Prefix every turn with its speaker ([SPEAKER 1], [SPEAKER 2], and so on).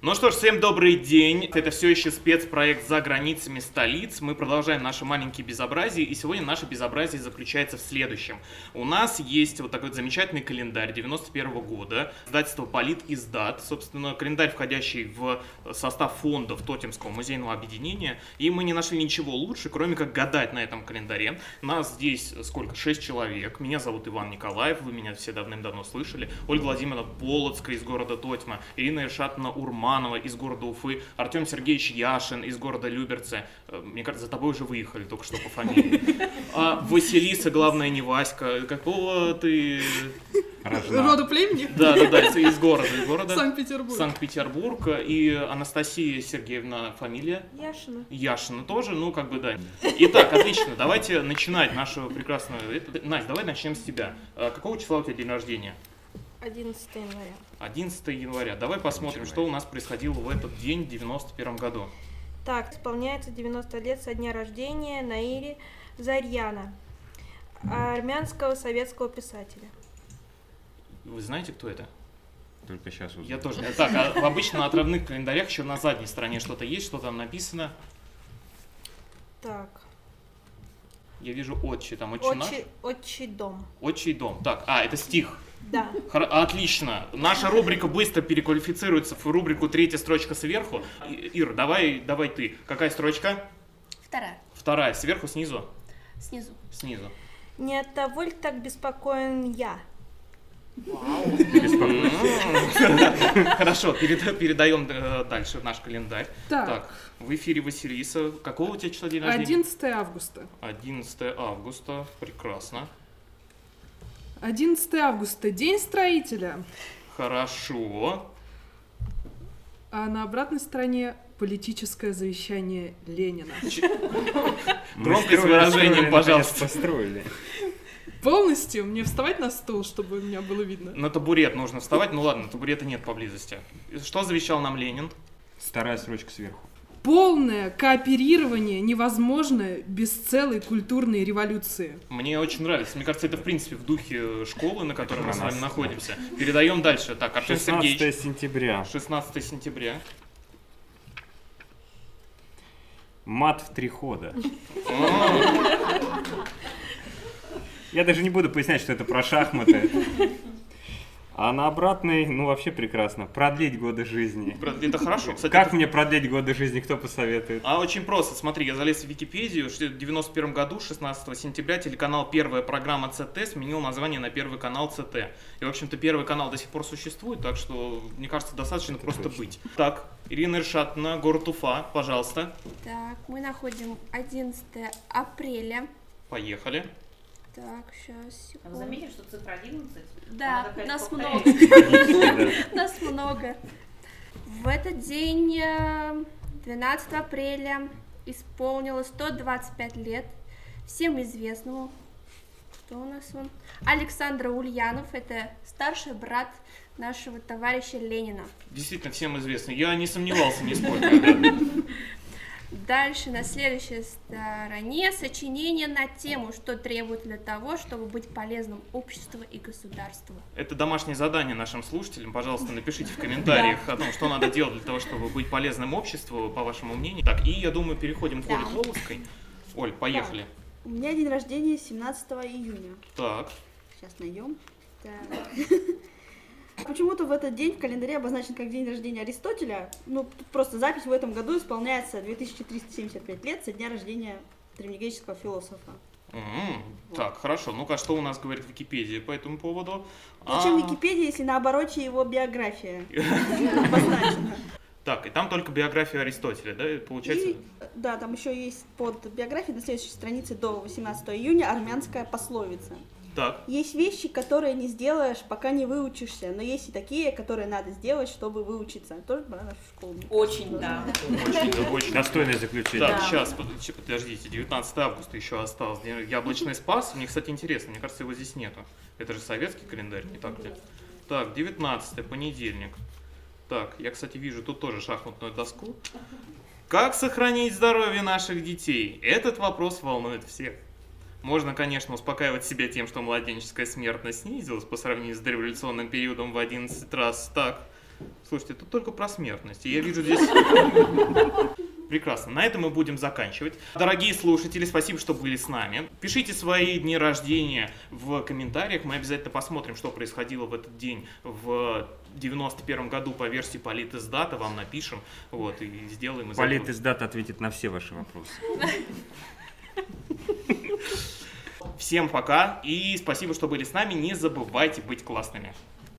[SPEAKER 1] Ну что ж, всем добрый день. Это все еще спецпроект «За границами столиц». Мы продолжаем наши маленькие безобразия, и сегодня наше безобразие заключается в следующем. У нас есть вот такой вот замечательный календарь 91 года, издательство «Полит издат», собственно, календарь, входящий в состав фондов Тотемского музейного объединения, и мы не нашли ничего лучше, кроме как гадать на этом календаре. Нас здесь э, сколько? Шесть человек. Меня зовут Иван Николаев, вы меня все давным-давно слышали. Ольга Владимировна Полоцкая из города Тотьма, Ирина Иршатовна Урма, Романова из города Уфы, Артем Сергеевич Яшин из города Люберца. Э, Мне кажется, за тобой уже выехали только что по фамилии. А Василиса, главное, не Васька. Какого ты...
[SPEAKER 2] Роду племени?
[SPEAKER 1] Да, да, да, из города, из города.
[SPEAKER 2] Санкт-Петербург.
[SPEAKER 1] Санкт-Петербург. И Анастасия Сергеевна, фамилия?
[SPEAKER 3] Яшина.
[SPEAKER 1] Яшина тоже, ну как бы да. Итак, отлично, давайте начинать нашу прекрасную... это- Настя, давай начнем с тебя. А, Какого числа у тебя день рождения?
[SPEAKER 3] 11 января.
[SPEAKER 1] 11 января. Давай посмотрим, что у нас происходило в этот день в 91 году.
[SPEAKER 3] Так, исполняется 90 лет со дня рождения Наири Зарьяна, армянского советского писателя.
[SPEAKER 1] Вы знаете, кто это?
[SPEAKER 4] Только сейчас
[SPEAKER 1] Я тоже. Так, а обычно на отрывных календарях еще на задней стороне что-то есть, что там написано.
[SPEAKER 3] Так,
[SPEAKER 1] Я вижу отче, там отче наш,
[SPEAKER 3] отчий, отчий дом.
[SPEAKER 1] отчий дом. Так, а, это стих.
[SPEAKER 3] Да,
[SPEAKER 1] Хор- Отлично. Наша рубрика быстро переквалифицируется в рубрику «Третья строчка сверху». И- Ир, давай, давай ты. Какая строчка?
[SPEAKER 5] Вторая.
[SPEAKER 1] Вторая. Сверху, снизу?
[SPEAKER 5] Снизу.
[SPEAKER 1] Снизу.
[SPEAKER 3] не от того ли так беспокоен я?
[SPEAKER 1] М. Хорошо, переда- передаем э, дальше наш календарь.
[SPEAKER 2] Так,
[SPEAKER 1] Так, в эфире Василиса. Какого у тебя числа день рождения?
[SPEAKER 2] 11 августа.
[SPEAKER 1] 11 августа, прекрасно.
[SPEAKER 2] 11 августа, день строителя.
[SPEAKER 1] Хорошо.
[SPEAKER 2] А на обратной стороне политическое завещание Ленина.
[SPEAKER 1] Громко с выражением, пожалуйста.
[SPEAKER 4] Построили.
[SPEAKER 2] Полностью мне вставать на стул, чтобы меня было видно.
[SPEAKER 1] На табурет нужно вставать, ну ладно, табурета нет поблизости. Что завещал нам Ленин?
[SPEAKER 4] Вторая строчка сверху.
[SPEAKER 2] Полное кооперирование невозможно без целой культурной революции.
[SPEAKER 1] Мне очень нравится. Мне кажется, это в принципе в духе школы, на которой мы с вами
[SPEAKER 4] Прекрасно.
[SPEAKER 1] находимся. Передаем дальше. Так, Артем
[SPEAKER 4] 16
[SPEAKER 1] Сергеевич.
[SPEAKER 4] сентября.
[SPEAKER 1] 16 сентября.
[SPEAKER 4] Мат в три хода.
[SPEAKER 1] О,
[SPEAKER 4] Я даже не буду пояснять, что это про шахматы. А на обратной, ну вообще прекрасно. Продлить годы жизни.
[SPEAKER 1] брат, Это хорошо. Кстати,
[SPEAKER 4] Как
[SPEAKER 1] это-
[SPEAKER 4] мне продлить годы жизни, кто посоветует?
[SPEAKER 1] А очень просто. Смотри, я залез в Википедию. что В 91 году, 16 сентября, телеканал «Первая программа ЦТ» сменил название на «Первый канал ЦТ». И, в общем-то, «Первый канал» до сих пор существует, так что, мне кажется, достаточно
[SPEAKER 4] Это
[SPEAKER 1] просто
[SPEAKER 4] точно.
[SPEAKER 1] быть. Так, Ирина Иршатовна, город Уфа, пожалуйста.
[SPEAKER 5] Так, мы находим 11 апреля.
[SPEAKER 1] Поехали.
[SPEAKER 5] Так, сейчас, секунду.
[SPEAKER 6] Вы заметили, что цифра 11?
[SPEAKER 5] Да,
[SPEAKER 6] Она такая
[SPEAKER 5] нас
[SPEAKER 6] повторяется.
[SPEAKER 5] много.
[SPEAKER 4] Да.
[SPEAKER 5] Нас много. В этот день, э, 12 апреля, исполнилось 125 лет всем известному. Кто у нас он? Александр Ульянов. Это старший брат нашего товарища Ленина.
[SPEAKER 1] Действительно, всем известно. Я не сомневался нисколько.
[SPEAKER 5] Дальше на следующей стороне сочинение на тему, что требует для того, чтобы быть полезным обществу и государству.
[SPEAKER 1] Это домашнее задание нашим слушателям. Пожалуйста, напишите в комментариях о том, что надо делать для того, чтобы быть полезным обществу, по вашему мнению. Так, и, я думаю, переходим к Оле
[SPEAKER 5] Да.
[SPEAKER 1] Полоцкой. Оль, поехали.
[SPEAKER 7] У меня день рождения 17 июня.
[SPEAKER 1] Так.
[SPEAKER 7] Сейчас найдем. Так. Почему-то в этот день в календаре обозначен как день рождения Аристотеля. Ну, тут просто запись в этом году исполняется 2375 лет со дня рождения древнегреческого философа.
[SPEAKER 1] М,
[SPEAKER 7] Вот.
[SPEAKER 1] М-м. Так, хорошо. Ну-ка, а что у нас говорит Википедия по этому поводу?
[SPEAKER 7] Зачем
[SPEAKER 1] А,
[SPEAKER 7] Википедия, если на обороте его биография обозначена?
[SPEAKER 1] Так, и там только биография Аристотеля, да, и получается?
[SPEAKER 7] И, да, там еще есть под биографией на следующей странице до 18 июня армянская пословица.
[SPEAKER 1] Так,
[SPEAKER 7] Есть вещи, которые не сделаешь, пока не выучишься, но есть и такие, которые надо сделать, чтобы выучиться. Тоже про нашу школу.
[SPEAKER 6] Очень, да.
[SPEAKER 1] очень, очень.
[SPEAKER 4] Достойное заключение.
[SPEAKER 1] Так,
[SPEAKER 6] Да.
[SPEAKER 1] сейчас, подождите, 19 августа еще осталось. День Яблочный спас. Мне, кстати, интересно, мне кажется, его здесь нету. Это же советский календарь, не так ли? Так, 19 понедельник. Так, я, кстати, вижу тут тоже шахматную доску. Как сохранить здоровье наших детей? Этот вопрос волнует всех. Можно, конечно, успокаивать себя тем, что младенческая смертность снизилась по сравнению с дореволюционным периодом в 11 раз. Так, Слушайте, тут только про смертность. И Я вижу здесь... Прекрасно. На этом мы будем заканчивать. Дорогие слушатели, спасибо, что были с нами. Пишите свои дни рождения в комментариях. Мы обязательно посмотрим, что происходило в этот день в 91 году по версии политиздата. Вам напишем. Вот, и сделаем из этого-
[SPEAKER 4] Полит из дат ответит на все ваши вопросы.
[SPEAKER 1] Всем пока. И спасибо, что были с нами. Не забывайте быть классными.